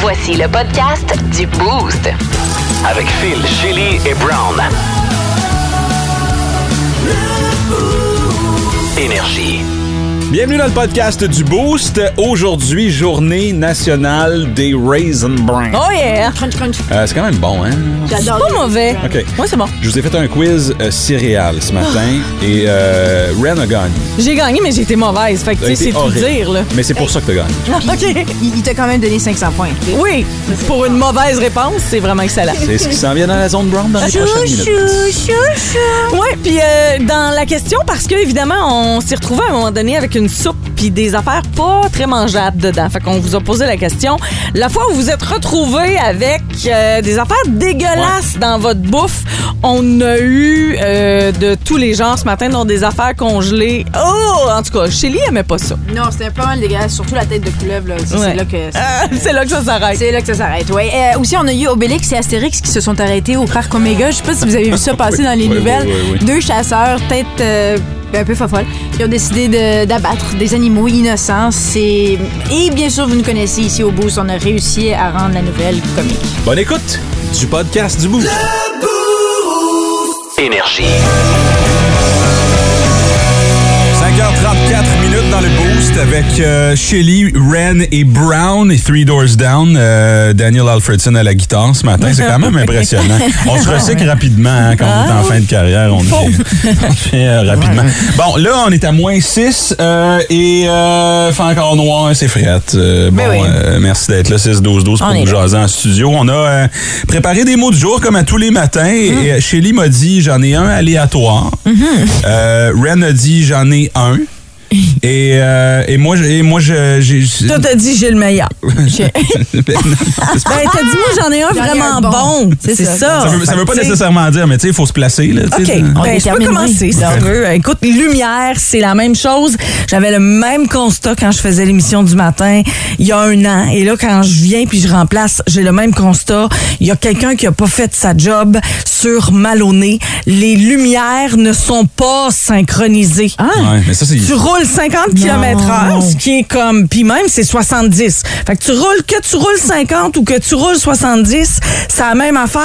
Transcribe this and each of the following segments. Voici le podcast du Boost. Avec Phil, Chili et Brown. Énergie. Bienvenue dans le podcast du Boost. Aujourd'hui, journée nationale des Raisin Bran. Oh yeah! Crunch, crunch. Euh, c'est quand même bon, hein? C'est J'adore. pas mauvais. OK. Moi, c'est bon. Je vous ai fait un quiz euh, céréales ce matin Ah. et euh, Ren a gagné. J'ai gagné, mais j'ai été mauvaise. Fait que, Ça a tu été sais, c'est tout horrible. dire, là. Mais c'est pour ça que t'as gagné. OK. Il, il t'a quand même donné 500 points. Oui, pour une mauvaise réponse, c'est vraiment excellent. C'est ce qui s'en vient dans la zone brown dans les prochaines minutes. Oui, puis euh, dans la question, parce que évidemment, on s'est retrouvé à un moment donné avec une soupe puis des affaires pas très mangeables dedans. Fait qu'on vous a posé la question. La fois où vous êtes retrouvé avec euh, des affaires dégueulasses dans votre bouffe, on a eu euh, de tous les genres ce matin, dont des affaires congelées. Oh, en tout cas, Chélie aimait pas ça. Non, c'était pas mal dégueulasse. Surtout la tête de couleuvre, là. Ça, Ouais. C'est là que. Ah, C'est là que ça s'arrête. C'est là que ça s'arrête, ouais. Euh, aussi, on a eu Obélix et Astérix qui se sont arrêtés au parc Oméga. Je sais pas si vous avez vu ça passer Oui, dans les oui, nouvelles. oui, oui, oui. Deux chasseurs, tête euh, un peu fofolle, qui ont décidé de- d'abattre des animaux innocents. C'est... Et bien sûr, vous nous connaissez ici au Boost, on a réussi à rendre la nouvelle comique. Bonne écoute du podcast du Boost. Énergie. 5h34 minutes dans le boost avec euh, Shelly, Ren et Brown et Three Doors Down. euh, Daniel Alfredson à la guitare ce matin. C'est quand même impressionnant. On se recycle rapidement hein, quand on est Ah, en fin de carrière. On le fait, on le fait, euh, rapidement. Bon, là, on est à moins 6 et euh, fait encore noir, hein, c'est frette. Euh, bon, Ben oui. euh, merci d'être là, 6-12-12 pour On est nous là. jaser en studio. On a euh, préparé des mots du jour comme à tous les matins. Mm. Et euh, Shelly m'a dit j'en ai un aléatoire. Mm-hmm. Euh, Ren a dit j'en ai un. Et, euh, et moi, j'ai- et moi je- j'ai. j'ai- Toi, t'as dit j'ai le meilleur. Ben, t'as dit, moi, j'en ai un J'en ai vraiment un bon. bon. C'est C'est ça. ça. Ça veut, ça veut pas Fait que, tu sais, nécessairement dire, mais tu sais, il faut se placer. Là, tu OK, sais. ben, je peux déterminé. commencer si on veut. Euh, Écoute, lumière, c'est la même chose. J'avais le même constat quand je faisais l'émission du matin il y a un an. Et là, quand je viens puis je remplace, j'ai le même constat. Il y a quelqu'un qui a pas fait sa job sur Maloney. Les lumières ne sont pas synchronisées. Ouais, mais ça, c'est. Tu roules 50 km heure, ce qui est comme, puis même c'est 70. Fait que tu roules, que tu roules 50 ou que tu roules 70, c'est la même affaire.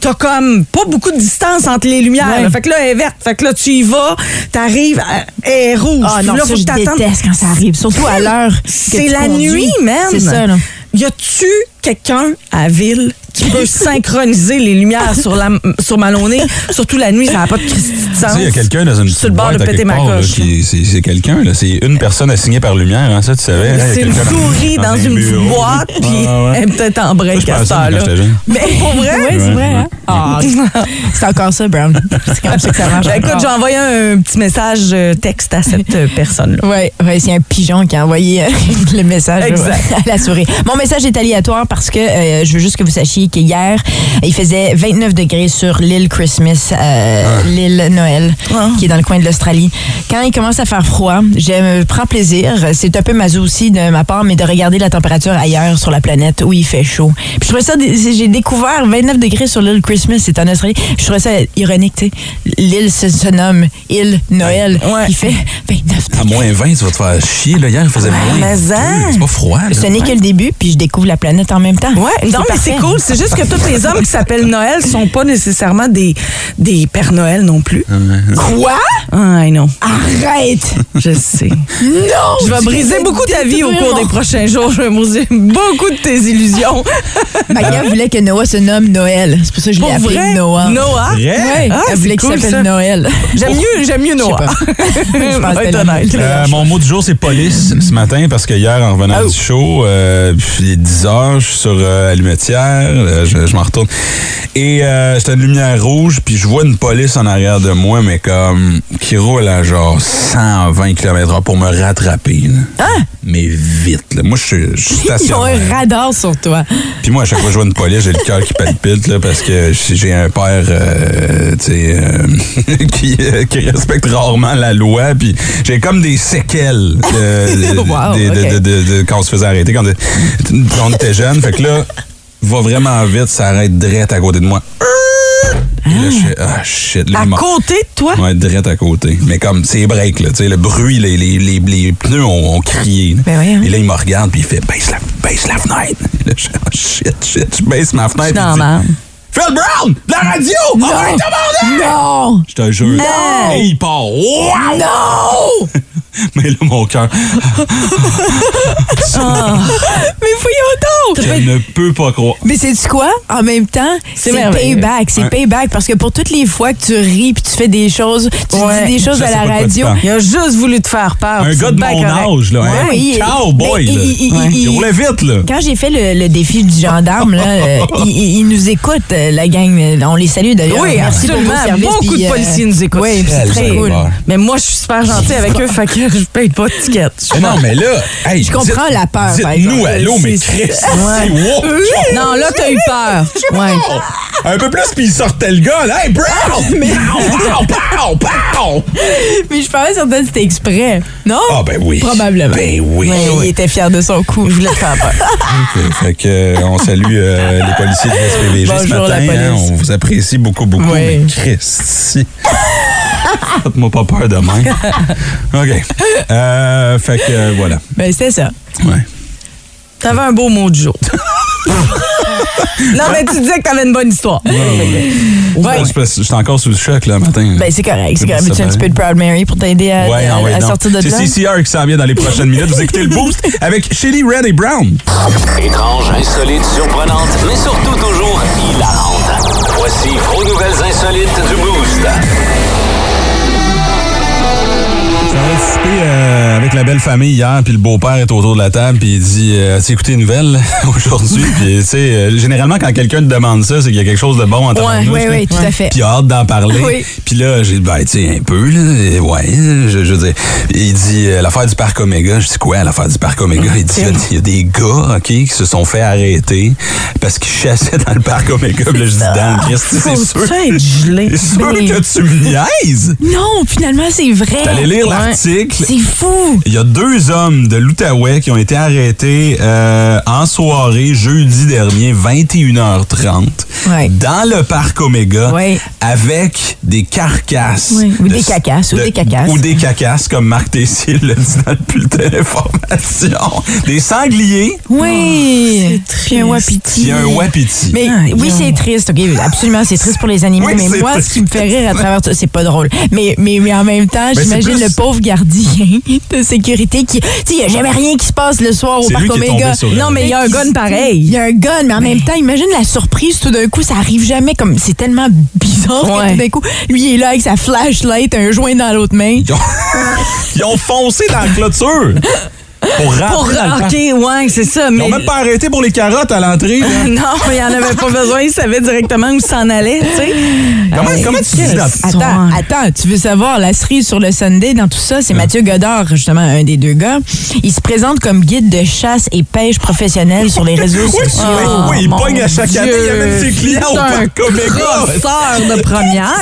T'as comme pas beaucoup de distance entre les lumières. là. Fait que là, elle est verte. Fait que là, tu y vas, t'arrives, euh, elle est rouge. Ah Puis non, là, ça, faut que je t'attendes. déteste quand ça arrive, surtout à l'heure que C'est tu la conduis. nuit, même. C'est ça, là. Y a-tu quelqu'un à ville qui peut synchroniser les lumières sur, la, sur Maloney, surtout la nuit, ça n'a pas de Christi de Tu sens. sais, il y a quelqu'un dans une Ah. Je suis sur le bord de boîte à péter quelque ma part, là, coche, qui- C'est c'est quelqu'un, là. C'est une personne assignée par lumière, hein, ça, tu savais. hein, il y a C'est une quelqu'un dans- souris dans, un une petite bureau. boîte, puis Ah, ouais. elle est peut-être en Moi, break je pensais à cette à ça heure-là. quand j'étais jeune. Mais pour vrai? Ouais, c'est vrai, hein? Ah, c'est encore ça, Brown. É C'est comme ça que ça marche. Ben, écoute, encore. j'ai envoyé un petit message euh, texte à cette euh, personne-là. Ouais, ouais, c'est un pigeon qui a envoyé euh, le message Exact. euh, à la souris. Mon message est aléatoire parce que euh, je veux juste que vous sachiez qu'hier, il faisait 29 degrés sur l'île Christmas, euh, l'île Noël, Ah. qui est dans le coin de l'Australie. Quand il commence à faire froid, je me prends plaisir. C'est un peu maso aussi de ma part, mais de regarder la température ailleurs sur la planète où il fait chaud. Puis je trouvais ça, j'ai découvert 29 degrés sur l'île Christmas, c'est en Australie. Je trouvais ça ironique, tu sais. L'île se, se nomme île Noël. Ouais. Il fait 29 degrés. À moins 20, tu vas te faire chier. Là. Hier, il faisait moins mais 2. hein. C'est pas froid. là. Ce n'est que le début, puis je découvre la planète en même temps. Ouais, non, mais parfait. c'est cool. C'est juste que tous les hommes qui s'appellent Noël sont pas nécessairement des, des Pères Noël non plus. Quoi? Ah, non, Arrête! je sais. Non! Je vais briser beaucoup ta vie au cours des prochains jours. Je vais briser beaucoup de tes illusions. Maria voulait que Noah se nomme Noël. C'est pour ça que je l'ai Pour appelé vrai, Noah. Noah. Ouais, Ah, elle c'est voulait cool, qu'il s'appelle ça. Noël. J'aime mieux, j'aime mieux Noah. pas. Je pense Pour que être t'as honnête. Euh, mon mot du jour, c'est police Mm-hmm. ce matin parce que hier, en Oh. revenant du show, euh, il est 10 heures, je suis sur euh, Allumetière, euh, je, je m'en retourne. Et euh, j'étais à une lumière rouge, puis je vois une police en arrière de moi, mais comme qui roule à genre 120 km/h pour me rattraper. là. Mais vite, là. Moi, je suis- je suis Hein? Ils ont stationnaire. un radar sur toi. Puis moi, à chaque fois que je vois une police, j'ai le cœur qui palpite là, parce que j'ai un père euh, tu sais, euh, qui, euh, qui respecte rarement la loi. Puis j'ai comme des séquelles de, de- Wow, de- de- ok. de- de- de- quand on se faisait arrêter, quand on- on était jeune. Fait que là, va vraiment vite, ça arrête direct à côté de moi. Et là, je fais, ah shit, là, À il m'a- côté de toi? Ouais, direct à côté. Mais comme, c'est break, là, tu sais, le bruit, les, les, les, les pneus ont, ont crié. là. Ben oui, hein. Et là, il me regarde, puis il fait, baisse la, baisse la fenêtre. là, je oh, shit, shit, je baisse ma Je suis fenêtre. puis dans je dis, la merde. Phil Brown, la radio! On va être abandonnés! Non! Je te jure. Non! Et il part. Wow! Non! Mais là, mon cœur, Ah. Mais voyons donc! je ne peux pas croire. Mais c'est quoi? En même temps, c'est merveilleux. payback, c'est Ouais. payback parce que pour toutes les fois que tu ris puis tu fais des choses, tu Ouais. dis des choses Je à sais la pas de quoi tu radio, parles. il a juste voulu te faire peur. Un puis gars c'est de bien mon correct. owage, là. Ouais, hein, il- cowboy, ben, là. il- il- il- Il roulait vite, là. Quand j'ai fait le, le défi du gendarme, là, euh, il- il, il nous écoute, euh, la gang. Euh, On les salue d'ailleurs. Oui, Merci pour absolument. vos services, Beaucoup puis, de euh, policiers nous écoutent. Oui, c'est Quel très cool. serveur. Mais moi, je suis super gentille avec eux, fait que je paye pas de ticket. Je- Mais non, mais là, hey, Je comprends dites- la peur, par Dites-nous exemple. allô, mais C'est- Chris, c'est Ouais. wow. Non, là, t'as eu peur. Ouais. Un peu plus, puis il sortait le gars, là. Hey, Ah, Brown! Pow, pow, pow, pow! Mais je suis pas certaine que c'était exprès. Non? Ah, ben oui. Probablement. Ben oui. Mais il était fier de son coup. Je voulais te faire peur. Fait- Fait que, euh, on salue euh, les policiers de SPVG ce Bonjour, la matin. hein. police. on vous apprécie beaucoup, beaucoup. Ouais. Mais Christy. Faites-moi pas peur demain. OK. Euh, fait que, euh, voilà. Ben, c'est ça. Ouais. T'avais un beau mot du jour. non, mais tu disais que t'avais une bonne histoire. Ouais. Je suis pas- Je suis encore sous le choc, là, le matin. Ben, c'est correct. C'est C'est correct. pas Mais Tu as un ça, petit peu de Proud Mary pour t'aider à, Ouais, à- ah ouais, à non. sortir de là. C'est CCR qui s'en vient dans les prochaines minutes. Vous écoutez le boost avec Shelly Red et Brown. Étrange, insolite, surprenante, mais surtout toujours hilarante. Voici vos nouvelles insolites du Boost. J'avais discuté euh, avec la belle famille hier, puis le beau-père est autour de la table, puis il dit euh, As-tu écouté une nouvelle aujourd'hui Puis, tu sais, euh, généralement, quand quelqu'un te demande ça, c'est qu'il y a quelque chose de bon en tant ouais, ouais, tout à fait. Puis il a hâte d'en parler. Oui. Puis là, j'ai dit Ben, tu sais, un peu, là. et Ouais, je, je veux dire. Il dit euh, L'affaire du Parc Oméga. Je dis Quoi, l'affaire du Parc Oméga Il dit Il y a des gars, OK, qui se sont fait arrêter parce qu'ils chassaient dans le Parc Oméga. Puis là, je dis Dan, Christ, c'est sûr. Faut-tu être gelé? C'est sûr Ben, que tu me niaises Non, finalement, c'est vrai. T'allais lire Ouais. l'article. C'est fou. Il y a deux hommes de l'Outaouais qui ont été arrêtés euh, en soirée jeudi dernier, 21h30, Ouais. dans le parc Oméga, Ouais. avec des carcasses. Ouais, ou de- des cacasses, ou de- des cacasses. Ou des cacasses, comme Marc Tessier l'a dit dans le bulletin d'information. Des sangliers, Oui. Puis un puis il wapiti. y a un wapiti. Mais oui, c'est triste, OK? Absolument, c'est triste pour les animaux, Oui, mais c'est moi, triste. ce qui me fait rire à travers tout ça, c'est pas drôle. Mais, mais, mais en même temps, c'est j'imagine plus- le pauvre gardien de sécurité qui. Tu sais, il n'y a jamais rien qui se passe le soir au C'est parc lui qui est tombé Omega. sur elle. Non, mais il y a un Qui- gun pareil. Il y a un gun, mais en même temps, imagine la surprise tout d'un coup, ça arrive jamais comme. C'est tellement bizarre que Ouais. tout d'un coup, lui, il est là avec sa flashlight, un joint dans l'autre main. Ils ont, ils ont foncé dans la clôture pour rentrer Pour, dans le parc. ok, ouais, c'est ça. Ils Mais ont même pas arrêté pour les carottes à l'entrée. là. non, il n'y en avait pas besoin. Il savait directement où s'en allait, tu sais. Ah, Comment, comment tu dis dans Attends, attends, tu veux savoir, la cerise sur le Sunday dans tout ça, Ah. c'est Mathieu Godard, justement, un des deux gars. Il se présente comme guide de chasse et pêche professionnelle sur les réseaux sociaux. Oui, oui, Ah, il pogne à chaque année, il amène ses clients au parc Oh, Omega. Sœur de première.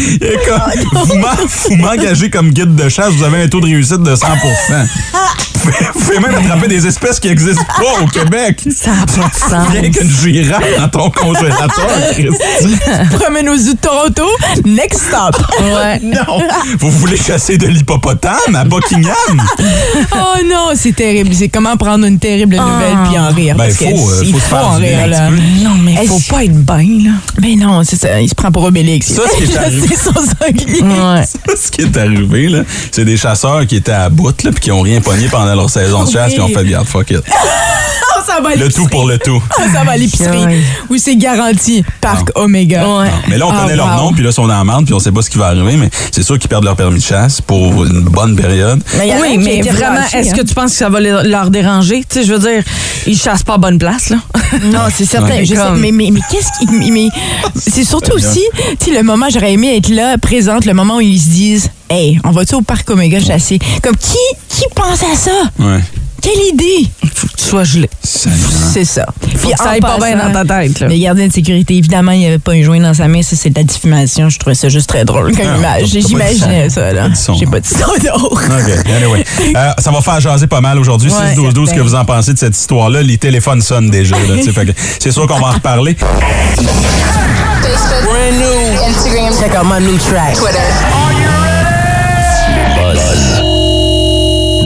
Il est Ah, comme, vous m'en- vous m'engagez comme guide de chasse, vous avez un taux de réussite de 100 Vous pouvez- Vous pouvez même attraper des espèces qui n'existent pas au Québec. Ça n'a pas de sens. Rien qu'une girafe dans ton congélateur, Christy. Promène aux zoo de Toronto, next stop. Ouais. Non. Vous voulez chasser de l'hippopotame à Buckingham? oh non, c'est terrible. C'est comment prendre une terrible Ah. nouvelle puis en rire. Ben, parce faut, que euh, il faut se faire en du rire, bien un là. petit Ben Non, mais Est-ce- faut pas être bien, là. Mais non, c'est ça. Il se prend pour Obélix. Ça, ce qui est arrivé. c'est son sanglier. Ouais. Ce qui est arrivé, là, c'est des chasseurs qui étaient à bout, là, puis qui ont rien pogné pendant leur saison de chasse, qui ont fait, garde, fuck it. On s'en va à Le tout l'épicerie. pour le tout. On s'en va à l'épicerie. Ouais. Où c'est garanti. Parc Omega. Ouais. Mais là, on Ah, connaît leur wow. nom, puis là, ils sont en merde, puis on sait pas ce qui va arriver, mais c'est sûr qu'ils perdent leur permis de chasse pour une bonne période. Mais il y en a Oui, qui mais étaient vraiment, relâchés, est-ce hein. que tu penses que ça va les- leur déranger? Tu sais, je veux dire, ils chassent pas à bonne place, là. Non, c'est certain. Ouais. je sais, Comme- mais mais, mais qu'est-ce qui. mais- mais c'est surtout aussi, tu sais, le moment, j'aurais aimé être là, présente, le moment où ils se disent Hey, on va-tu au parc Omega chasser Comme qui, qui pense à ça Ouais. Quelle idée Faut que tu sois gelé. C'est ça. Faut que ça aille pas bien dans ta tête, là. Le gardien de sécurité, évidemment, il n'y avait pas un joint dans sa main, ça, c'est de la diffamation. Je trouvais ça juste très drôle comme Ah, image. t'as pas dit J'imaginais son. ça, là. Pas dit son. J'ai pas dit ça, non. OK. Anyway. Euh, ça va faire jaser pas mal aujourd'hui. Ouais, 6-12-12, ce que certain. vous en pensez de cette histoire-là. Les téléphones sonnent déjà. là, tu sais, fait que c'est sûr qu'on va en reparler. Check out my new track. Le buzz de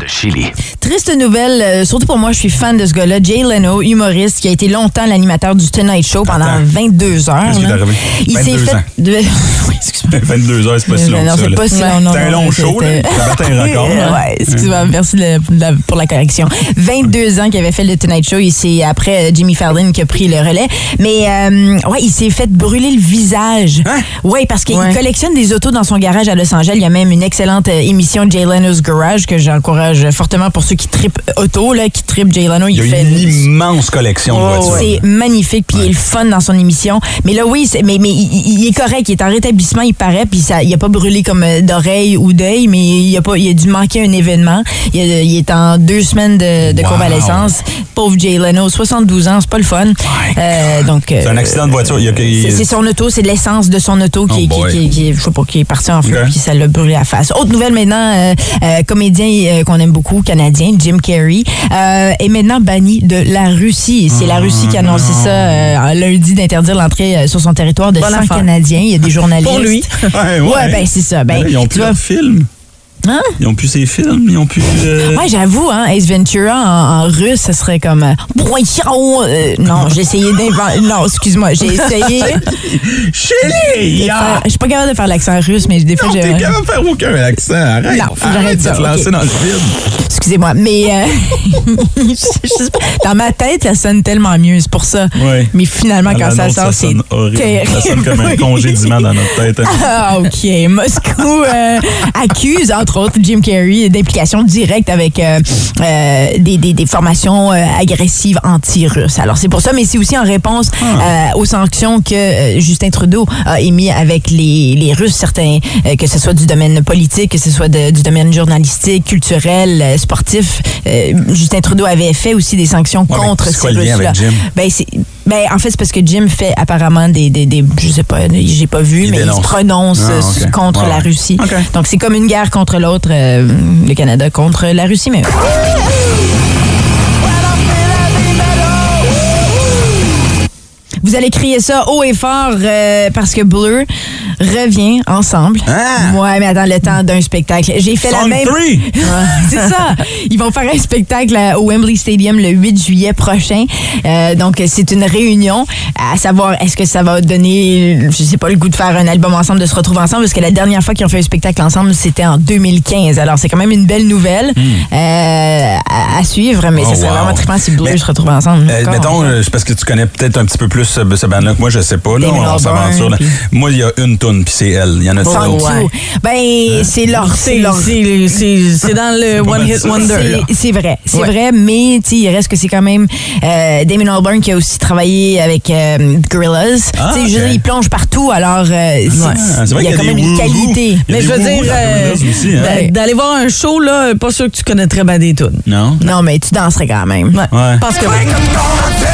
Chili. Triste nouvelle, euh, surtout pour moi, je suis fan de ce gars-là, Jay Leno, humoriste qui a été longtemps l'animateur du Tonight Show pendant Attends. 22 heures. Qu'est-ce qui est là. arrivé? Il s'est 22 fait. ans. de- Oui, excuse-moi. 22 heures, c'est pas si long non, que ça. c'est là. pas si long. non, C'était un non, long show, là. c'était- Ça battait un record, hein. Mm. là. Ouais, excuse-moi, merci de la- de la- pour la correction. 22 ans qu'il avait fait le Tonight Show et c'est après euh, Jimmy Fallon qui a pris le relais. Mais euh, ouais, il s'est fait brûler le visage. Hein? Ouais, parce qu'il Ouais. collectionne des autos dans son garage à Los Angeles. Il y a même une excellente euh, émission Jay Leno's Garage que j'encourage fortement pour ceux qui tripent auto, là, qui tripent Jay Leno. Il y a fait Oh, une immense collection de voitures. c'est magnifique, puis il est le fun dans son émission. Mais là, oui, c'est- mais, mais il, il est correct, il est en rétablissement, il paraît, puis ça, il a pas brûlé comme euh, d'oreille ou d'œil, mais il a, pas, il a dû manquer un événement. Il, a- il est en deux semaines de, de Wow. convalescence. Pauvre Jay Leno, 72 ans, c'est pas le fun. Euh, donc, euh, C'est un accident de voiture. Il y a- il- c'est c'est son auto, c'est de l'essence de son auto qui, euh, Oh qui, boy. qui- qui- je sais pas, qui est parti en feu Ok. puis ça l'a brûlé à la face. Autre nouvelle maintenant, euh, euh, comédien euh, qu'on aime beaucoup, canadien, Jim Carrey, euh, est maintenant banni de la Russie. C'est la Russie qui a annoncé Ah. ça euh, lundi d'interdire l'entrée euh, sur son territoire de Bonne 100 affaire. Canadiens. Il y a des journalistes. Pour lui. Ouais, ouais. Ouais, ben c'est ça. Ben, Mais là, ils ont tu plus vois- leurs films. Hein? Ils ont plus ces films. Ils ont plus. euh, Ouais, j'avoue, hein, Ace Ventura en, en russe, ça serait comme. euh, Boychon, euh, non, j'ai essayé d'inventer. Non, excuse-moi, j'ai essayé. de Chélie! faire- ah! Je suis pas capable de faire l'accent russe, mais des fois, Non, j'ai. t'es capable de faire aucun accent. Arrête. Non, faut que j'arrête Arrête de ça, te lancer ok. dans le vide. Excusez-moi, mais euh, je- je sais pas. dans ma tête, ça sonne tellement mieux, c'est pour ça. Ouais. Mais finalement, Dans quand la ça nôtre, sort, c'est sonne horrible. terrible. Ça sonne comme un Oui. congédiement dans notre tête. hein. Ah, OK. Moscou euh, accuse, entre autres, Jim Carrey d'implication directe avec euh, euh, des, des- des formations euh, agressives anti-russes. Alors, c'est pour ça, mais c'est aussi en réponse Ah. euh, aux sanctions que euh, Justin Trudeau a émis avec les, les Russes, certains, euh, que ce soit du domaine politique, que ce soit de- du domaine journalistique, culturel, euh, sportif. Euh, Justin Trudeau avait fait aussi des sanctions Ouais, mais contre c'est ces quoi le lien Russes-là. avec Jim? Ben, c'est- ben, en fait, c'est parce que Jim fait apparemment des, des, des- je sais pas, j'ai pas vu, Il mais il dénonce. se prononce Ah, euh, ok. contre Ouais, la ouais. Russie. Ok. Donc, c'est comme une guerre contre l'autre, euh, le Canada contre la Russie, mais. Vous allez crier ça haut et fort euh, parce que Blur revient ensemble. Ah! Ouais, mais attends, le temps d'un spectacle. J'ai fait la Song même. three. C'est ça. Ils vont faire un spectacle euh, au Wembley Stadium le 8 juillet prochain. Euh, donc, c'est une réunion. À savoir, est-ce que ça va donner, je sais pas, le goût de faire un album ensemble, de se retrouver ensemble? Parce que la dernière fois qu'ils ont fait un spectacle ensemble, c'était en 2015. Alors, c'est quand même une belle nouvelle euh, à, à suivre. Mais Hmm. ça Oh, serait wow. vraiment trippant si Blue Mais- se retrouve ensemble. Euh, Encore. mettons, euh, c'est parce que tu connais peut-être un petit peu plus euh, ce, ce band-là que moi, je sais pas. Là, Damon on Albarn, s'aventure. là. puis- Oh, Moi, il y a une toune, puis c'est elle. Il y en a Sans cinq autres. tout. Hein? Ben, c'est leur, c'est C'est leur c'est- c'est- c'est dans le pas One mal Hit ça. Wonder. là. C'est- C'est vrai, c'est Ouais. vrai, mais tu sais, il reste que c'est quand même euh, Damon Albarn qui a aussi travaillé avec euh, Gorillaz. Ah, Tu sais, je veux ok. dire, il plonge partout, alors euh, c'est- Ah, c'est il vrai y a quand des même une woo-woo. qualité. Il y a Mais des je veux woo-woo dire, dans euh, Gorillaz aussi, hein? d'a- Ouais. d'aller voir un show, là, pas sûr que tu connais très bien des tunes. Non? Non, mais tu danserais quand même. Ouais. Parce que Ça, tu connais les tunes.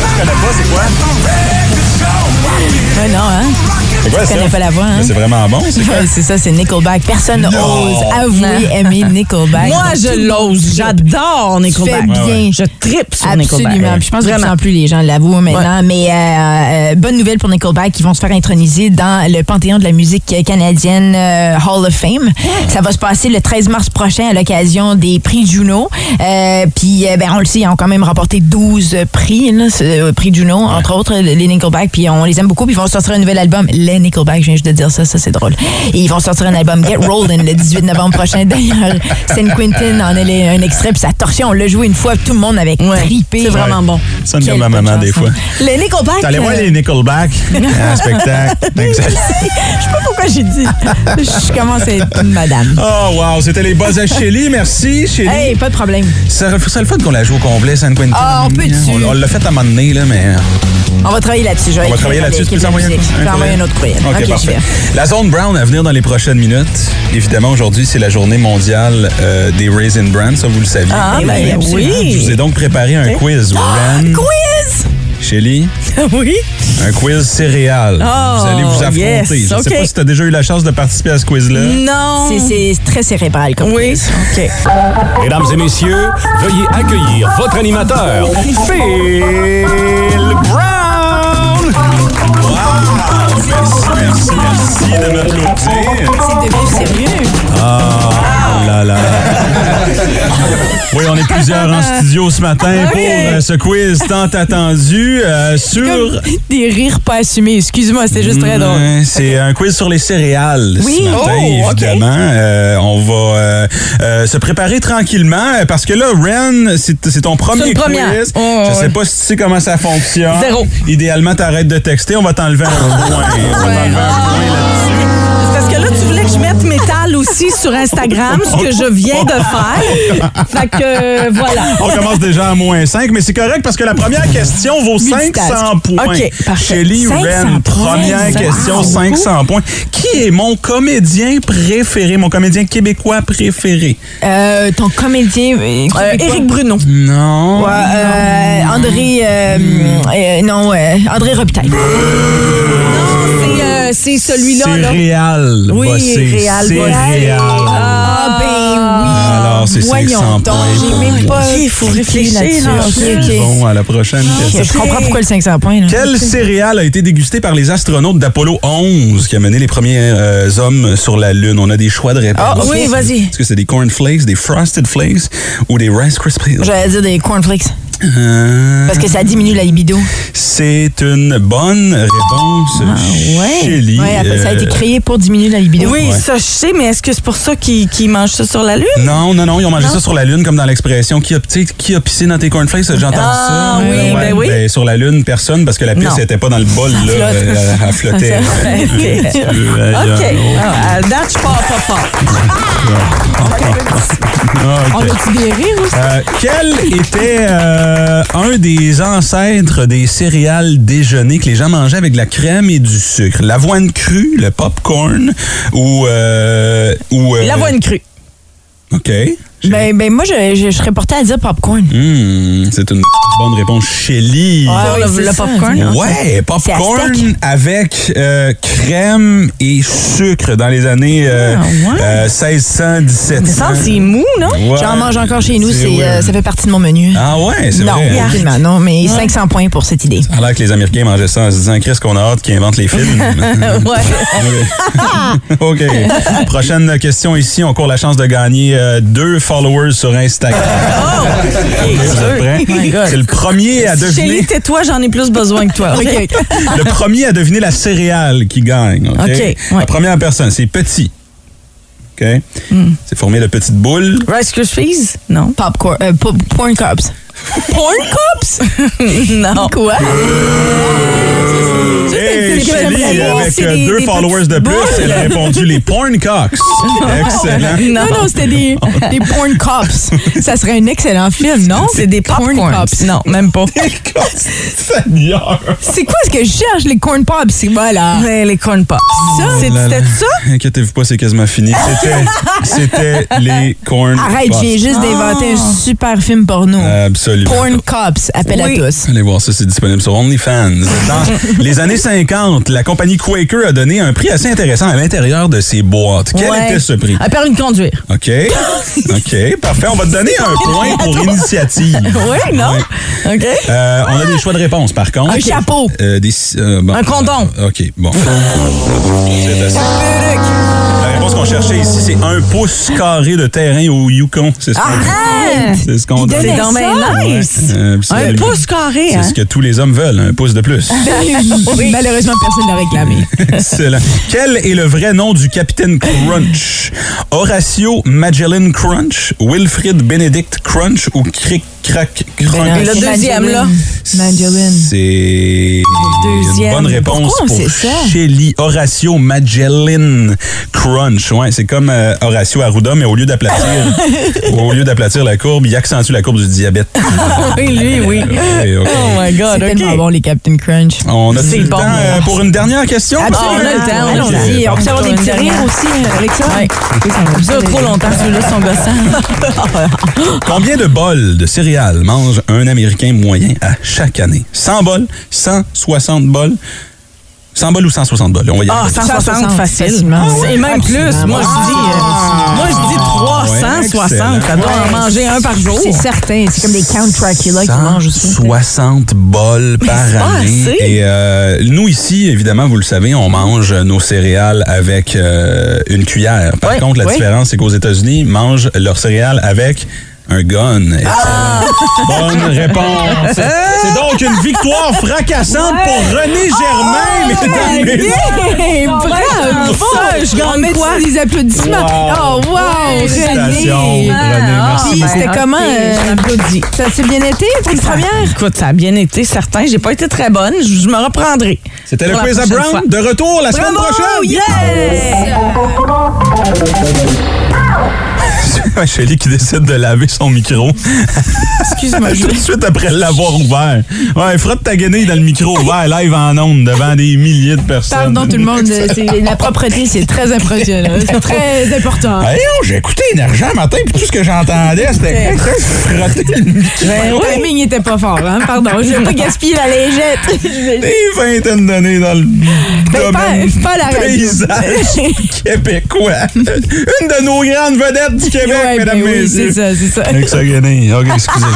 Je connais pas, c'est quoi? Ouais, non, hein? C'est quoi Tu ça? connais pas la voix, hein? Mais C'est vraiment bon, c'est quoi? Ouais, C'est ça, c'est Nickelback. Personne n'ose avouer aimer Nickelback. moi, je l'ose. J'adore Nickelback. fais bien. Ouais, ouais. Je tripe sur Nickelback. Absolument. Puis je pense que de plus Vraiment. en plus les gens l'avouent hein, maintenant. Mais euh, euh, bonne nouvelle pour Nickelback, qui vont se faire introniser dans le Panthéon de la musique canadienne euh, Hall of Fame. Ça va se passer le 13 mars prochain à l'occasion des prix Juno. Euh, puis, euh, ben, on le sait, ils ont quand même remporté 12 prix, là, ce, euh, prix Juno, entre autres, euh, les Nickelback. Puis on les aime beaucoup. Puis ils vont sortir un nouvel album, Les Nickelback, je viens juste de dire ça, ça c'est drôle. Et ils vont sortir un album Get Rollin le 18 novembre prochain. D'ailleurs, Saint Quentin en est un extrait, puis ça torchait, on l'a joué une fois, tout le monde avait Ouais, trippé. c'est vraiment bon. Ça me Quelle comme ma bonne maman des chanson. fois. Les Nickelback. T'allais voir euh, les Nickelback à un spectacle. Je sais pas pourquoi j'ai dit. Je commence à être une madame. Oh wow, c'était les buzz à Chélie, merci Chélie. Hey, pas de problème. Ça aurait- ça serait le fun qu'on la joue au complet, San Quentin. Ah, on peut-tu? On, on l'a fait à un moment donné, là, mais euh, On va travailler là-dessus. on va Ben, travailler là-dessus. Tu peux envoyer un, Je vais envoyer courriel? un autre courriel. OK, je parfait. vais. La zone brown à venir dans les prochaines minutes. Évidemment, aujourd'hui, c'est la journée mondiale euh, des Raisin Bran, ça vous le saviez. Ah, ben Oui, absolument. Je vous oui. Ah, ai donc préparé un quiz Ran. Quiz! Chélie, Oui. un quiz céréales. Oh, vous allez vous affronter. yes, Je ne sais OK. pas si tu as déjà eu la chance de participer à ce quiz-là. Non. C'est- C'est très cérébral comme Oui. quiz. OK. Mesdames et messieurs, veuillez accueillir votre animateur, Phil Brown. Merci, merci, merci de m'applaudir. C'est devenu sérieux. Ah, là là. oui, on est plusieurs en studio ce matin pour euh, ce quiz tant attendu euh, sur. Des rires pas assumés. Excuse-moi, c'est juste très drôle. Ouais, Mm-hmm. C'est un quiz sur les céréales Oui. ce matin, Oh, ok. évidemment. Euh, on va euh, euh, se préparer tranquillement euh, parce que là, Ren, c'est c'est ton C'est premier le premier. quiz. Oh, ouais, Je sais ouais. pas si tu sais comment ça fonctionne. Zéro. Idéalement, t'arrêtes de texter, on va t'enlever un point. On va t'enlever un point Ah. là-dessus. C'est parce que là, tu voulais que je mette métal aussi sur Instagram, ce que je viens de faire. Fait que, euh, voilà. On commence déjà à moins 5, mais c'est correct parce que la première question vaut 500 points. OK, parfait. Shelly 500 Wren, points. première Wow. question, 500 points. Qui est mon comédien préféré, mon comédien québécois préféré? Euh, ton comédien. Euh, Éric Bruno. Non. Bah, Ouais, euh, André. euh, euh, non, euh, André Robitaille. C'est, euh, c'est celui-là, C'est là. Réal. Oui, Bossé. Réal C'est Bossé. Réal. Ah, ben Alors, c'est Voyons 500 donc, points. j'ai même pas Ok, faut cliqué réfléchir, là-dessus. là. Ok, Ah, ok. Suivons à la prochaine question. Ok, hein. Je comprends pourquoi le 500 points. Là. Quelle céréale a été dégustée par les astronautes d'Apollo 11 qui a mené les premiers euh, hommes sur la Lune? On a des choix de réponse. Ah, oui, vas-y. Est-ce que c'est des cornflakes, des frosted flakes ou des rice krispies? J'allais dire des cornflakes. Euh, Parce que ça diminue la libido. c'est une bonne réponse. Shelly. Ouais, après, ça a été Euh, créé pour diminuer la libido. Oui, ça, je sais, mais est-ce que c'est pour ça qu'il qu'il mange ça sur la lune? Non, non, non, ils ont mangé ça sur la Lune, comme dans l'expression qui a, tu sais, qui a pissé dans tes cornflakes, j'ai entendu Ah, ça. oui, ben oui. sur la Lune, personne, parce que la pisse Non. n'était pas dans le bol, là. flotte. euh, Elle, elle flottait. flottait. Un petit peu, aïe, OK. aïe, aïe. Ah, à date, je pars pas fort. Ah, ok. a-tu des rires aussi? Euh, quel était euh, un des ancêtres des céréales déjeuner que les gens mangeaient avec de la crème et du sucre? L'avoine crue, le popcorn ou... Euh, ou euh, L'avoine crue. OK. Ben, ben, moi, je, je, je serais portée à dire popcorn. Hmm, c'est une bonne réponse, Shelly. Ouais, le- c'est le ça. popcorn. Ouais, popcorn c'est avec euh, crème et sucre dans les années euh, ouais. euh, 1600, Il me 1700. semble que c'est mou, non? Ouais. J'en mange encore chez nous, C'est c'est, euh, weird. ça fait partie de mon menu. Ah ouais, c'est non, vrai. hein? absolument, non, mais 500 points pour cette idée. Alors que les Américains mangeaient ça en se disant, Chris, qu'on a hâte qu'ils inventent les films. OK. Prochaine question ici. On court la chance de gagner euh, deux followers sur Instagram. Ah, Oh! OK, vous êtes prêts? C'est le premier à Chélie, deviner. tais-toi, j'en ai plus besoin que toi. OK. Le premier à deviner la céréale qui gagne. OK. OK, ouais. La première personne, c'est petit. OK? Hmm. C'est formé de petites boules. Rice Krispies? Non. Popcorn, euh, pop- porn cops. Porn Cups? non. Quoi? Hey, c'est Shelly, des- avec c'est euh, des- deux des followers petites de plus, boules. elle a répondu les porn cocks. Excellent. Non, non, c'était des, des porn cops. Ça serait un excellent film, non? C'est des Corn popcorn. Pops. Non, même pas. Oh, Seigneur. C'est quoi ce que je cherche, les corn pops? C'est voilà. Ouais, les corn pops. Ça, c'est- Oh Là, là. c'était ça? Inquiétez-vous pas, c'est quasiment fini. C'était, c'était les corn Arrête, pops. Euh. j'ai juste inventé Ah. un super film porno. Absolument. Porn cops, appel Oui. à tous. Allez voir ça, c'est disponible sur OnlyFans. Dans les années 50, la compagnie Quaker a donné un prix assez intéressant à l'intérieur de ses boîtes. Quel Ouais. était ce prix? Un permis de conduire. OK. OK, parfait. On va te donner un point pour initiative. Oui, non? OK. Euh, on a des choix de réponse, par contre. Un chapeau. Euh, des, euh, bon. Un condom. Euh, Euh, OK, bon. C'est assez. La réponse qu'on cherchait ici, c'est un pouce carré de terrain au Yukon. C'est Ah, ce qu'on Arrête! C'est ce qu'on Euh, Il donnait C'est donc bien nice. Un Absolument. pouce carré, C'est hein? Ah. ce que tous les hommes veulent, un pouce de plus. Malheureusement, personne ne l'a réclamé. Excellent. Quel est le vrai nom du capitaine Crunch? Horatio Magellan Crunch, Wilfrid Benedict Crunch ou Crick Crack Ben, Crunch? Le c'est deuxième, là. Mandolin. C'est une deuxième. bonne réponse Pourquoi on pour sait ça? Shelly Horatio Magellan Crunch. Ouais, c'est comme euh, Horatio Arruda, mais au lieu d'aplatir, au lieu d'aplatir la courbe, il accentue la courbe du diabète. Oui, lui, oui. Ouais, ok. Oh my C'est God, tellement OK. bon, les Captain Crunch. On a le bon. temps euh, pour une dernière question. Ah, on a le temps, Ah, ok. allons-y. Oh, On On peut peut avoir des petits rires aussi, euh, Alexa? Ouais. Ça, trop longtemps, ceux-là sont gossants. Combien de bols de céréales mange un Américain moyen à chaque année? 100 bols, 160 bols, 100 balles ou 160 balles? On va y Ah, aller. 160 facile. Ah ouais, Et même plus. Moi, je dis, euh, moi, je dis 360. Ça doit en manger un par jour. C'est certain. C'est comme des Count Dracula qui mangent aussi. 160 bols par c'est pas année. assez. Et euh, nous, ici, évidemment, vous le savez, on mange nos céréales avec euh, une cuillère. Par Ouais, contre, la ouais. différence, c'est qu'aux États-Unis, ils mangent leurs céréales avec un gun. Excellent. Ah! Bonne réponse. C'est donc une victoire fracassante pour Oh, René Germain, mesdames et Hey, bravo! Je gagne quoi? des applaudissements. Oh, wow! Félicitations, René. Merci Ah, Puis, beaucoup. C'était Ah, comment? euh, ça s'est bien été pour une première? Écoute, ça a bien été, certain. J'ai pas été très bonne. Je je me reprendrai. C'était le Pour la quiz à prochaine Brown. fois. De retour la semaine Bravo, prochaine. yes! C'est Shelly qui décide de laver son micro. Excuse-moi. Tout de suite après l'avoir ouvert. Ouais, frotte ta guenille dans le micro ouvert, live en ondes, devant des milliers de personnes. Pardon tout le monde, euh, c'est- la propreté, c'est très impressionnant. C'est très important. Hey, oh, j'ai écouté Énergie un matin, puis tout ce que j'entendais, c'était frotter le micro. Ben Le timing n'était pas fort, hein? Pardon, je vais pas gaspiller la légette. Des vingtaines d'années dans le Ben, domaine pas- pas la radio. paysage québécois. Une de nos grandes vedettes du Québec, Ouais, mesdames, ben oui, messieurs. c'est ça, c'est ça. Avec sa guenille. OK, excusez.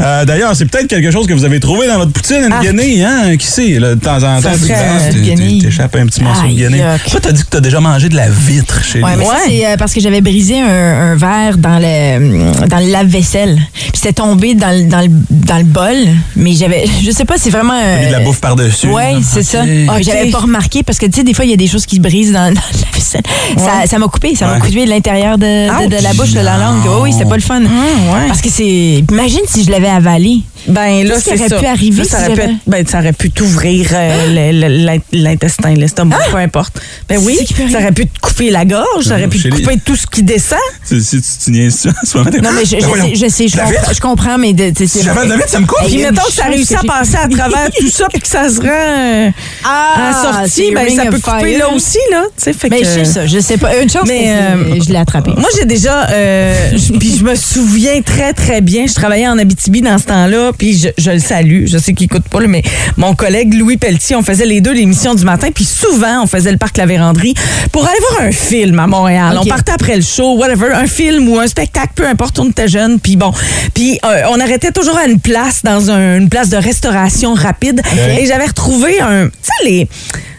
Euh, D'ailleurs, c'est peut-être quelque chose que vous avez trouvé dans votre poutine, une guenille, hein? Qui sait, là, de temps en temps, Ah. Ça tu te serait, lances, euh, tu- tu- guenille. t'échappes un petit morceau de Aïe, guenille. yuck. Toi, t'as dit que t'as déjà mangé de la vitre chez Ouais, nous. mais ça, c'est euh, parce que j'avais brisé un, un verre dans le, dans le lave-vaisselle. Puis c'était tombé dans le, dans le, dans le bol, mais j'avais. Je sais pas, c'est vraiment. T'as mis de la euh, bouffe par-dessus. Oui, là. c'est ça. Ok. Ah, J'avais pas remarqué parce que, tu sais, des fois, il y a des choses qui se brisent dans, dans la vaisselle. Ça- Ça m'a coupé, ça m'a Ouais. coupé l'intérieur de, de- de la bouche, de la langue. Oui, oui, c'est pas le fun. Ah, ouais. Parce que c'est. Imagine si je l'avais avalé. Ben là, Qu'est-ce qui c'est aurait ça. pu arriver Là, ça, si aurait pu, j'avais- Ah! être- ben, ça aurait pu t'ouvrir euh, le- le- l'in- l'intestin, l'estomac, peu importe. Ben oui, C'est qui peut ça aurait pu te couper la gorge, ça aurait pu te Chérie. couper tout ce qui descend. Si si tu tu niaises ça en ce moment, t'es- Non, mais Ah, je, je Ben voyons. sais, je, sais, je La comprends, vitre? je comprends, mais. de- tu sais, Si j'avais de la vitre, ça me coupe. Hey, Puis Ah, il y a mettons une que ça chance réussit que à j'ai- passer à travers tout ça puis que ça se rend euh, à la Ah, sortie, c'est ben ça Ring peut of couper Fire. là aussi, là. Tu sais, fait Mais que- je sais ça, je sais pas. Une chance, Mais, mais euh, je l'ai attrapé. Moi, j'ai déjà. euh, je- puis je me souviens très, très bien. Je travaillais en Abitibi dans ce temps-là, puis je, je le salue. Je sais qu'il écoute pas, là, mais mon collègue Louis Pelletier, on faisait les deux l'émission du matin, puis souvent, on faisait le parc La Vérandrie pour aller voir un film à Montréal. Ok. On partait après le show, whatever, un film ou un spectacle, peu importe, on était jeunes, puis bon. Puis euh, on arrêtait toujours à une place, dans un- une place de restauration rapide, et j'avais retrouvé un. Tu sais, les.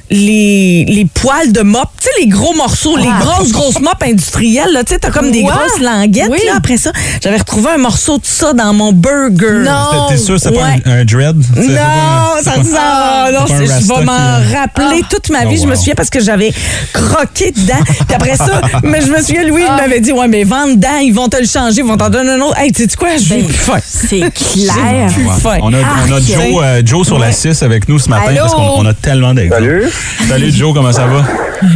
Les, les poils de mop, tu sais, les gros morceaux, les Ah. grosses, grosses mops industrielles, là, tu sais, t'as comme des Quoi? grosses languettes, Oui. là, après ça. J'avais retrouvé un morceau de ça dans mon burger. Non. T'es sûr que c'est pas Ouais. un, un dread? C'est- c'est pas Non, un- ça c'est me pas- sent- non, c'est pas un c'est- je Rasta vais qui- m'en rappeler Ah. toute ma Oh, vie. Je me wow. souviens parce que j'avais croqué dedans. Puis après ça, mais je me souviens, Louis, Ah. il m'avait dit, ouais, mais vends dedans, ils vont te le changer, ils vont t'en donner un autre. Hey, tu sais quoi, Ben, je vais plus faim. J'ai C'est clair. plus faim. On a, on a Ah, Joe, ok. euh, Joe sur la 6 avec nous ce matin Allô? parce qu'on on a tellement d'exemples. Salut. Salut Joe, comment ça va?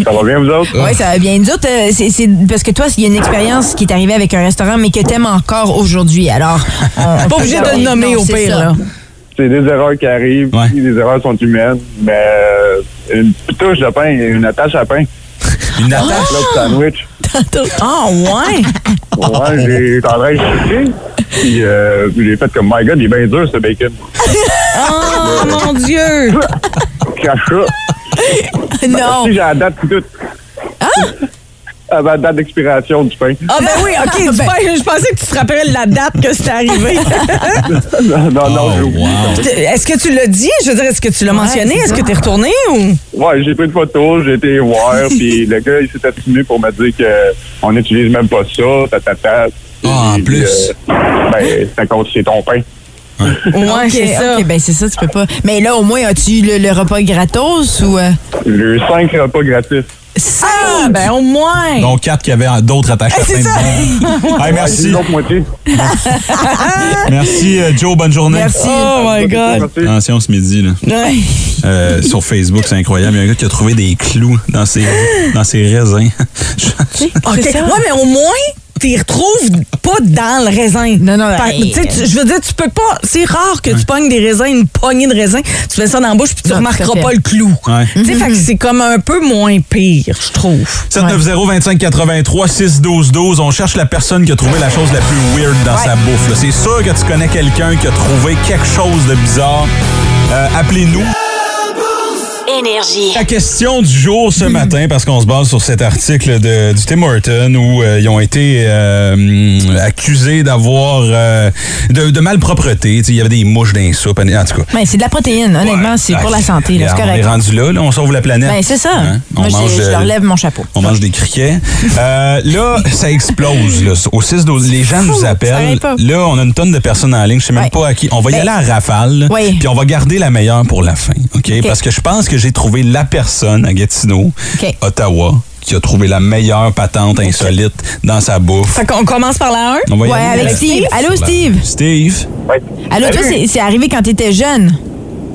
Ça va bien, vous autres? Ah. Oui, ça va bien. Nous autres, euh, c'est c'est parce que toi, il y a une expérience qui est arrivée avec un restaurant, mais que t'aimes encore aujourd'hui. Alors, on- on Pas peut obligé de parler. le nommer Non, au c'est pire, ça. là. C'est des erreurs qui arrivent, Ouais. puis les erreurs sont humaines, mais euh, une touche de pain, une attache à pain, Une attache. là, du sandwich. Ah, ouais. Oh! Ouais, j'ai j'étais en train de chercher, puis euh, puis j'ai fait comme, my God, il est bien dur, ce bacon. Oh, mon Dieu. Cache ça. Non. Si j'ai la date toute. Ah? La date d'expiration du pain. Ah, ben oui, OK. tu Ben. fais- Je pensais que tu te rappelais la date que c'était arrivé. non, non, Oh, j'ai oublié. wow. Est-ce que tu l'as dit? Je veux dire, est-ce que tu l'as mentionné? c'est Est-ce ça. que tu es retourné ou. Ouais, j'ai pris une photo, j'ai été voir, puis le gars, il s'est attimé pour me dire que on n'utilise même pas ça, ta, ta, ta. Ah, en Puis, plus. euh, ben, c'est à cause que c'est ton pain. Ouais, Ok, c'est ça. ok, ben c'est ça, tu peux pas. Mais là, au moins, as-tu le, le repas gratos ou. euh, Le 5 repas gratis. Ah, ben au moins. Donc quatre qui avaient euh, d'autres attaches à Ah, c'est pain ça. dedans. Hey, Ouais, merci. l'autre moitié. Merci euh, Joe, bonne journée. Merci. Oh my God. Merci. Attention ce midi là. Ouais. Euh, sur Facebook, c'est incroyable. Il y a un gars qui a trouvé des clous dans ses, dans ses raisins. OK. C'est ça. Ouais, mais au moins, tu les retrouves pas dans le raisin. Non, non, Par- hey, tu sais, tu- Je veux dire, tu peux pas. C'est rare que tu pognes des raisins, une poignée de raisins, tu fais ça dans la bouche puis tu Non, Ah, tout à remarqueras fait. Mm-hmm. pas le clou. Ouais. Tu sais, fait que c'est comme un peu moins pire, je trouve. 790-2583-612-12. On cherche la personne qui a trouvé la chose la plus weird dans sa bouffe. là. C'est sûr que tu connais quelqu'un qui a trouvé quelque chose de bizarre. Euh, Appelez-nous. Et Énergie. La question du jour Hmm. ce matin, parce qu'on se base sur cet article de, du Tim Horton où euh, ils ont été euh, hum, accusés d'avoir euh, de, de malpropreté. Tu sais, Il y avait des mouches dans les soupes. En en tout cas. Ben, c'est de la protéine, honnêtement, Ouais. c'est pour Ah, la santé, là, c'est regarde, correct. On est rendu là, là, on sauve la planète. Ben, c'est ça. Hein? On Moi, je- mange je, de- euh, leur lève mon chapeau. On mange des criquets. Euh, là, ça explose. là, au 6 12 Les gens Fou, nous ça appellent. arrête pas. Là, on a une tonne de personnes en ligne. Je sais même Ouais. pas à qui. On va y Ben, aller à rafale. oui. Puis on va garder la meilleure pour la fin. OK? Parce que je pense que j'ai trouvé la personne à Gatineau, OK. Ottawa, qui a trouvé la meilleure patente insolite dans sa bouffe. Fait qu'on commence par la 1. On va y Ouais, aller avec Steve. Allô, Voilà. Steve. Steve. Ouais. Allô, toi, c'est- c'est arrivé quand t'étais jeune.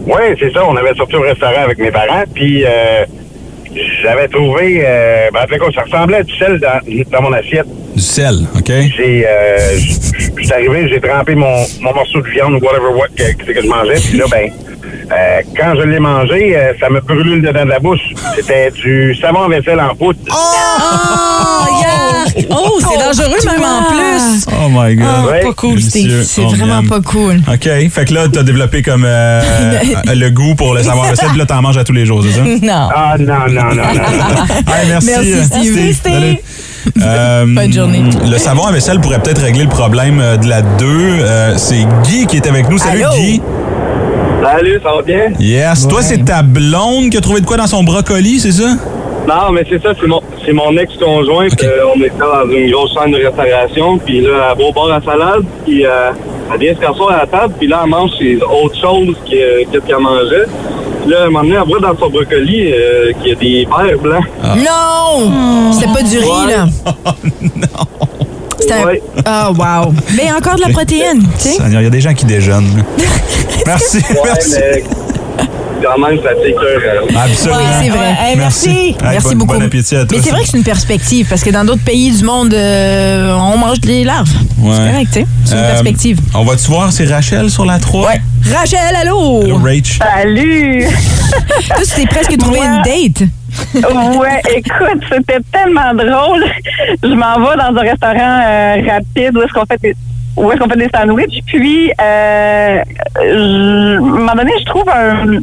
Oui, c'est ça. On avait sorti au restaurant avec mes parents, puis euh, j'avais trouvé... Euh, ben, en tout cas, ça ressemblait à du sel dans, dans mon assiette. Du sel. OK? J'ai, euh, j- je suis arrivé, j'ai trempé mon, mon morceau de viande, whatever what, que, que, c'est que je mangeais. Puis là, ben, euh, quand je l'ai mangé, euh, ça me brûlé le dedans de la bouche. C'était du savon à vaisselle en poudre. Oh, yark! Oh, c'est dangereux même en plus. Oh my God. Ouais. Pas cool, Steve. Monsieur, oh, C'est on vraiment aime. pas cool. OK. Fait que là, t'as développé comme euh, le goût pour le savoir recette. Puis là, t'en manges à tous les jours, c'est ça? Non. Ah non, non, non, non. non. Hey, merci, Merci, euh, Steve. Merci, Steve. Salut. Euh, Bonne journée. Le savon à vaisselle pourrait peut-être régler le problème euh, de la 2. Euh, c'est Guy qui est avec nous. Salut Allô? Guy. Salut, ça va bien? Yes. Toi, c'est ta blonde qui a trouvé de quoi dans son brocoli, c'est ça? Non, mais c'est ça, c'est mon, c'est mon ex-conjoint. Ok. Euh, on était dans une grosse chaîne de restauration, puis là, elle va au bar à salade, puis euh, elle vient se casser à la table, puis là, elle mange ses autres choses que, que ce qu'elle mangeait. Puis Là, à un moment donné, elle voit dans son brocoli euh, qu'il y a des verres blancs. Ah. Non! C'était pas du riz, là. Oh, non! C'était un... Ouais. Ah, wow. Mais encore de la protéine, tu sais. Seigneur, Il y a des gens qui déjeunent. là. merci. Ouais, merci. mais quand même, ça t'écœure. hein. Absolument. Ouais, c'est vrai. Ouais, hey, merci. Hey, Merci bon- beaucoup. Bon appétit à tous. Mais c'est vrai que c'est une perspective, parce que dans d'autres pays du monde, euh, on mange des larves. Ouais. C'est correct, tu sais. C'est une Euh, perspective. On va-tu voir, c'est Rachel sur la 3? Ouais. Rachel, allô? Rach. Salut! Toi, tu t'es presque trouvé Moi- une date. Ouais, écoute, c'était tellement drôle. Je m'en vais dans un restaurant euh, rapide où est-ce qu'on fait des où est-ce qu'on fait des sandwichs. Puis, euh, je- à un moment donné, je trouve un...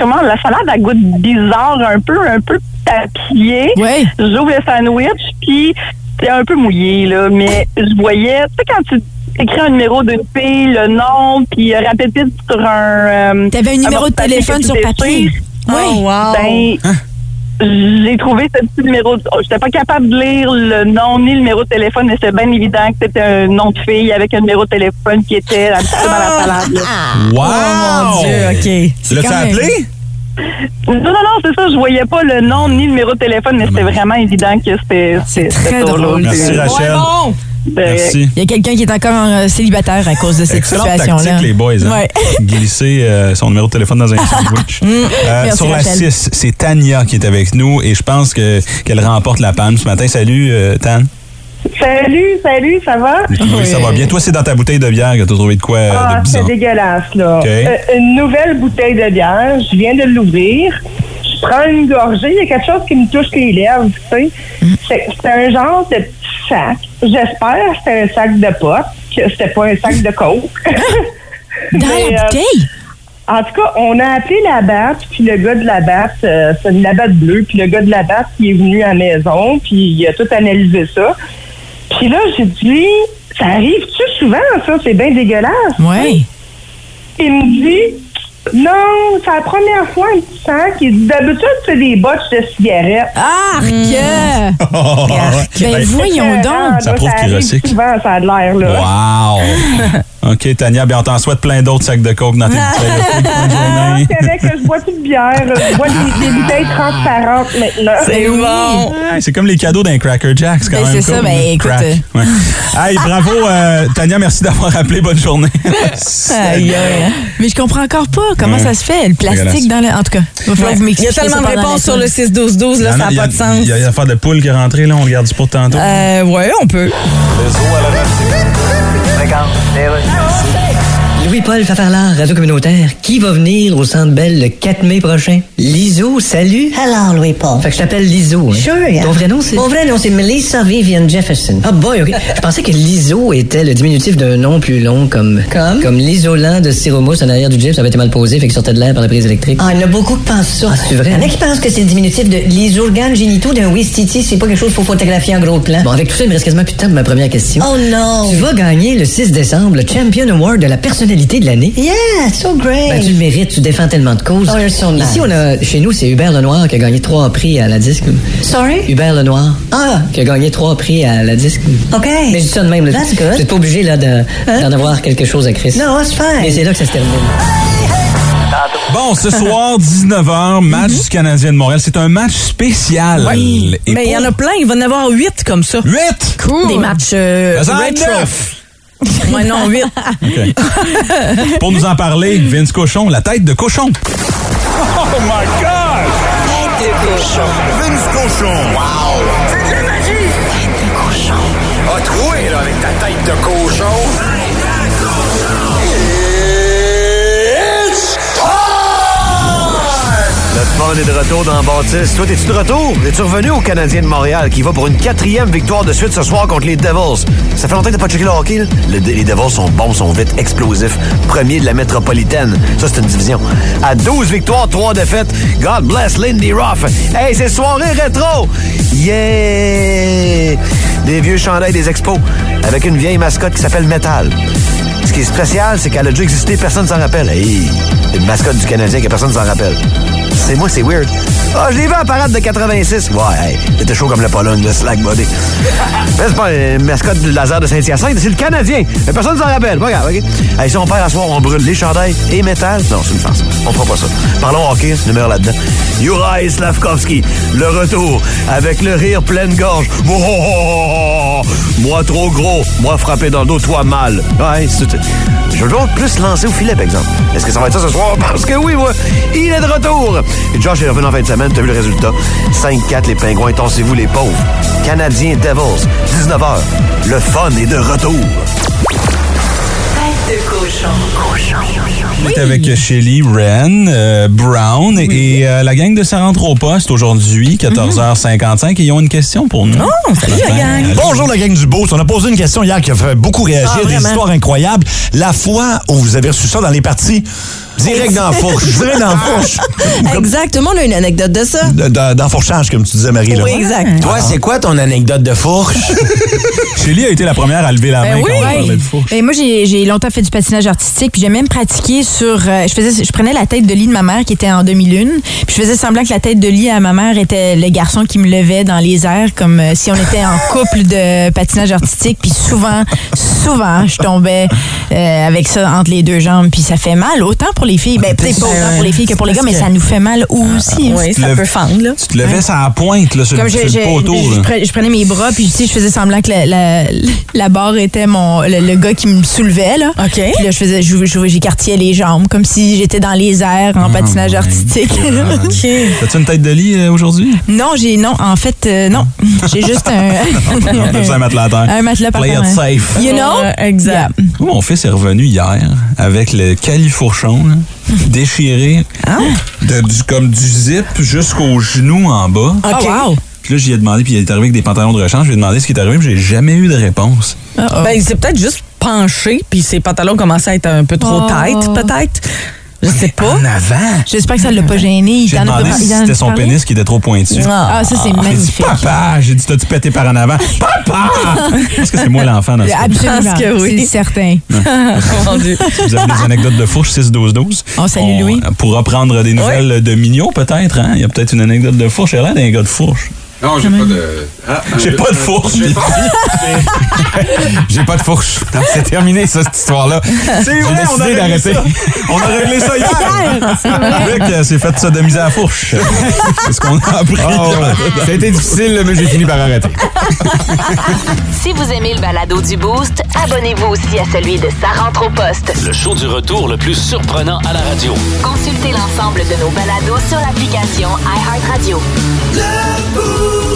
Comment, la salade, à goûte bizarre, un peu, un peu papier. Ouais. J'ouvre le sandwich, puis c'est un peu mouillé, là, mais je voyais, tu sais, quand tu écris un numéro de P, le nom, puis euh, rapide vite sur un... euh, T'avais un Ah numéro de papier téléphone que sur tu papier. déchires. Oui. Oh, wow. Ben, j'ai trouvé ce petit numéro. de- oh, J'étais pas capable de lire le nom ni le numéro de téléphone, mais c'était bien évident que c'était un nom de fille avec un numéro de téléphone qui était un petit peu dans Ah. la salade. là. Wow! Oh mon Dieu, OK. C'est L'as-tu quand même- appelé? Non, non, non, c'est ça. Je voyais pas le nom ni le numéro de téléphone, mais c'était vraiment évident que c'était Euh, Ah, C'est très drôle. Merci Rachel. bon. ben, Merci. Il y a quelqu'un qui est encore euh, célibataire à cause de cette Excellente situation-là. tactique, les boys. Hein? Ouais. Mm. Glisser euh, son numéro de téléphone dans un sandwich. Euh, Merci, sur la Rachel. 6, c'est Tania qui est avec nous et je pense que- qu'elle remporte la panne ce matin. Salut, euh, Tan. Salut, salut, ça va? Oui, ça va bien. Toi, c'est dans ta bouteille de bière que tu as trouvé de quoi euh, de bizarre. Ah, dégueulasse, là. OK. Euh, une nouvelle bouteille de bière, je viens de l'ouvrir. Je prends une gorgée, il y a quelque chose qui me touche les lèvres, tu sais. C'est- C'est un genre de petit sac. J'espère que c'était un sac de potes, que c'était pas un sac de coke. Dans Mais, la euh, bouteille? En tout cas, on a appelé la BAP, puis le gars de la BAP, euh, c'est une la BAP bleue, puis le gars de la BAP, il est venu à la maison, puis il a tout analysé ça. Puis là, j'ai dit, ça arrive-tu souvent, ça? C'est bien dégueulasse. Oui. Il me dit, non, c'est la première fois un petit sac. Il dit, d'habitude, c'est des botches de cigarettes. Arc! Hmm. Ben Ah, Ben, Ben, Hey. Euh, voyons donc. Ça prouve qu'il arrive recycle. souvent, ça a de l'air, là. Wow! OK, Tania, bien, on t'en souhaite plein d'autres sacs de coke dans tes bouteilles de coke. Bonne Ah, journée. c'est vrai que je bois plus de bière. Je bois des, des bouteilles transparentes maintenant. Ben Ben C'est Oh. bon. Ouais, c'est comme les cadeaux d'un Cracker Jack, c'est quand Ben, même. c'est ça, cool, ben, là. écoute, Crack. euh. Ouais. Hey, bravo, euh, Tania, merci d'avoir appelé. Bonne journée. Aïe, aïe. Mais je comprends encore pas comment Ouais. ça se fait, le Dégueulasse. plastique dans le. En tout cas, va falloir que Il vous y a m'expliquer ça tellement de pendant réponses la sur le semaine. 6-12-12, là, ça n'a pas de sens. Il y a l'affaire de poule qui est rentrée, là, on regarde ça pour tantôt. Euh, ouais, on peut. Les eaux à la radio. Louis Louis-Paul Fafarlard, Radio Communautaire, qui va venir au Centre Belle le 4 mai prochain? Liso, salut! Alors, Louis-Paul. Fait que je t'appelle Liso. Hein? Sure. Ton vrai nom, c'est... Mon vrai nom, c'est Melissa Vivian Jefferson. Ah boy, OK. je pensais que Liso était le diminutif d'un nom plus long comme... Comme? Comme l'isolant de styromousse en arrière du jeep, ça avait été mal posé, fait qu'il sortait de l'air par la prise électrique. Ah, il y en a beaucoup qui pensent ça. Ah, c'est vrai? Il y en a qui pensent que c'est le diminutif de les organes génitaux d'un Wistiti, c'est pas quelque chose qu'il faut photographier en gros plan. Bon, avec tout ça, il me reste quasiment plus de temps pour ma première question. Oh non! Tu vas gagner le 6 décembre le Champion Award de la personnalité de l'année. Yeah, so great! Ben, tu le mérites, tu défends tellement de causes. Oh, you're so nice. Ici, on a, chez nous, c'est Hubert Lenoir qui a gagné trois prix à la disque. Sorry? Hubert Lenoir. Ah. Qui a gagné trois prix à la disque. OK. Mais je dis ça de même. Là, That's good. Vous êtes pas obligé là, de- Hein? d'en avoir quelque chose à Chris. No, it's Mais fine. c'est là que ça se termine. Bon, ce soir, 19h, match du Canadien de Montréal. C'est un match spécial. Et Mhm. Mm. Mais Ben, il y en a plein, il va en avoir huit comme ça. 8! Des matchs Ben, euh, retro. Ouais, non, huit. Pour nous en parler, Vince Cochon, la tête de cochon. Vince Cochon. Wow! C'est de la magie! Tête de cochon. A troué, là, avec ta tête de cochon. It's Le fun est de retour dans Baptiste. Toi, es-tu de retour? Es-tu revenu au Canadien de Montréal qui va pour une quatrième victoire de suite ce soir contre les Devils? Ça fait longtemps que t'as pas checké le hockey, là? Le- les Devils sont bons, sont vite, explosifs. Premier de la métropolitaine. Ça, c'est une division. À 12 victoires, 3 défaites. God bless Lindy Ruff. Hey, c'est soirée rétro! Yeah! Des vieux chandails des expos avec une vieille mascotte qui s'appelle Metal. Ce qui est spécial, c'est qu'elle a déjà existé, personne ne s'en rappelle. Hey, une mascotte du Canadien que personne ne s'en rappelle. C'est moi, c'est weird. Ah, je l'ai vu en parade de 86. Ouais, hey, c'était chaud comme la Pologne, le slack body. Mais c'est pas une mascotte du laser de Saint-Hyacinthe, c'est le Canadien. Mais personne ne s'en rappelle. Pas grave, OK? Hey, si on perd à soir, on brûle les chandails et métal. Non, c'est une farce. On fera pas ça. Parlons hockey, c'est le meilleur là-dedans. Juraj Slavkovski, le retour, avec le rire pleine gorge. Oh, oh, oh, oh, oh. Moi trop gros, moi frappé dans le dos, toi mal. Ouais, c'est... Je veux donc plus lancer au filet, par exemple. Est-ce que ça va être ça ce soir? Parce que oui, moi, il est de retour. Et Josh est revenu en fin de semaine, t'as vu le résultat. 5-4, les pingouins, torsez-vous les pauvres. Canadiens Devils, 19h. Le fun est de retour. On est avec Shelly, Ren, euh, Brown et euh, la gang de 43 postes aujourd'hui, 14h55. Et ils ont une question pour nous. Oh, salut la gang! Bonjour, la gang du Beauce. On a posé une question hier qui a fait beaucoup réagir. Ah, des vraiment? histoires incroyables. La fois où vous avez reçu ça dans les parties, direct dans la fourche. direct dans la fourche. Exactement, on a une anecdote de ça. De- de- Dans le fourchage, comme tu disais, Ah. Marie. là. Oui, exact. Toi, c'est quoi ton anecdote de fourche? Shelly a été la première à lever la main quand on parlait de fourche. Ben, moi, j'ai j'ai longtemps fait du patinage artistique, puis j'ai même pratiqué sur. euh, je, faisais, je prenais la tête de lit de ma mère qui était en demi-lune, puis je faisais semblant que la tête de lit à ma mère était le garçon qui me levait dans les airs, comme euh, si on était en couple de patinage artistique. Puis souvent, souvent, je tombais euh, avec ça entre les deux jambes, puis ça fait mal, autant pour les filles. Ben, peut-être pas autant pour les filles que pour les gars, mais ça nous fait mal aussi. Oui, ça Le- peut fendre, là. Ah, Tu te levais ça à la pointe là, sur, Comme le- je, sur je- le poteau. je- je là. pre- je prenais mes bras, puis tu sais, je faisais semblant que la, la, la barre était mon, le, le gars qui me soulevait. Là. OK. Puis là, je faisais, je- je- j'écartillais les jambes, comme si j'étais dans les airs Ah, en patinage artistique. T'as-tu une tête de lit euh, aujourd'hui? non, j'ai, non, en fait, euh, non. J'ai juste un. On peut se mettre la terre. un matelas par Play terre, it hein. safe. You know? Ouais, exact. Yeah. Moi, mon fils est revenu hier avec le califourchon là, déchiré Ah. de- du, comme du zip jusqu'au genou en bas. OK. Ah, wow. Puis là, j'y ai demandé, puis il est arrivé avec des pantalons de rechange. Je lui ai demandé ce qui est arrivé, puis j'ai jamais eu de réponse. Oh. Ben, il s'est peut-être juste penché, puis ses pantalons commençaient à être un peu trop Oh. tight, peut-être. Je sais pas. En avant! J'espère que ça l'a pas gêné. Oh. Il J'ai t'en a demandé pas- si il en a c'était son parlé? pénis qui était trop pointu. Ah, ça, c'est J'ai dit, magnifique. papa! J'ai dit, t'as-tu pété par en avant? Papa! Est-ce que c'est moi l'enfant dans ce cas? Absolument. Je pense que oui. C'est certain. Ah, Mon Dieu. Vous avez des anecdotes de fourche 6-12-12. On salue Louis. Pourra prendre euh, des nouvelles de Mignot, peut-être. Hein? Il y a peut-être une anecdote de fourche. Il a l'air d'un gars de fourche. Non, j'ai pas de. Ah, J'ai pas de fourche. J'ai pas- J'ai pas de fourche. C'est terminé, ça, cette histoire-là. C'est vrai, on a réglé ça. On a réglé ça hier. Avec, euh, s'est fait sodomiser à la fourche. C'est ce qu'on a appris. Ça a été difficile, mais j'ai fini par arrêter. Si vous aimez le balado du Boost, abonnez-vous aussi à celui de Sa rentre au poste. Le show du retour le plus surprenant à la radio. Consultez l'ensemble de nos balados sur l'application iHeartRadio. Le